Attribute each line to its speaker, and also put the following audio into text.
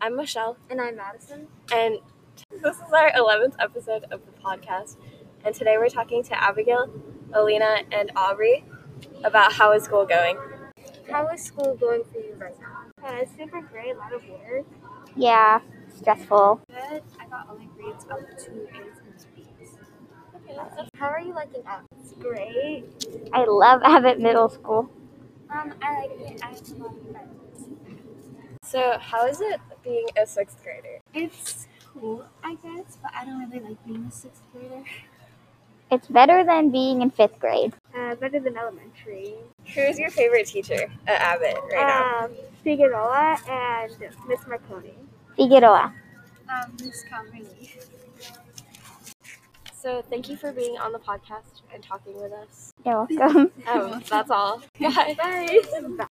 Speaker 1: I'm Michelle,
Speaker 2: And I'm Madison.
Speaker 1: and this is our 11th episode of the podcast. And today we're talking to Abigail, Alina, and Aubrey about how is school going.
Speaker 2: How is school going for you right now? Uh, it's super great, a lot of work.
Speaker 3: Yeah, stressful.
Speaker 2: Good. I got all my grades up to A's and B's. How are you liking up? It's great.
Speaker 3: I love Abbott Middle School.
Speaker 2: Um, I like it. I have a lot of friends.
Speaker 1: So, how is it being a sixth grader?
Speaker 2: It's cool, I guess, but I don't really like being a sixth grader.
Speaker 3: It's better than being in fifth grade.
Speaker 2: Uh, better than elementary.
Speaker 1: Who's your favorite teacher at Abbott right now?
Speaker 2: Um, Figueroa and Miss Marconi.
Speaker 3: Figueroa.
Speaker 2: Um, Miss Calvary. Uh,
Speaker 1: So, thank you for being on the podcast and talking with us.
Speaker 3: You're welcome.
Speaker 1: Um, that's all. Bye.
Speaker 2: Bye.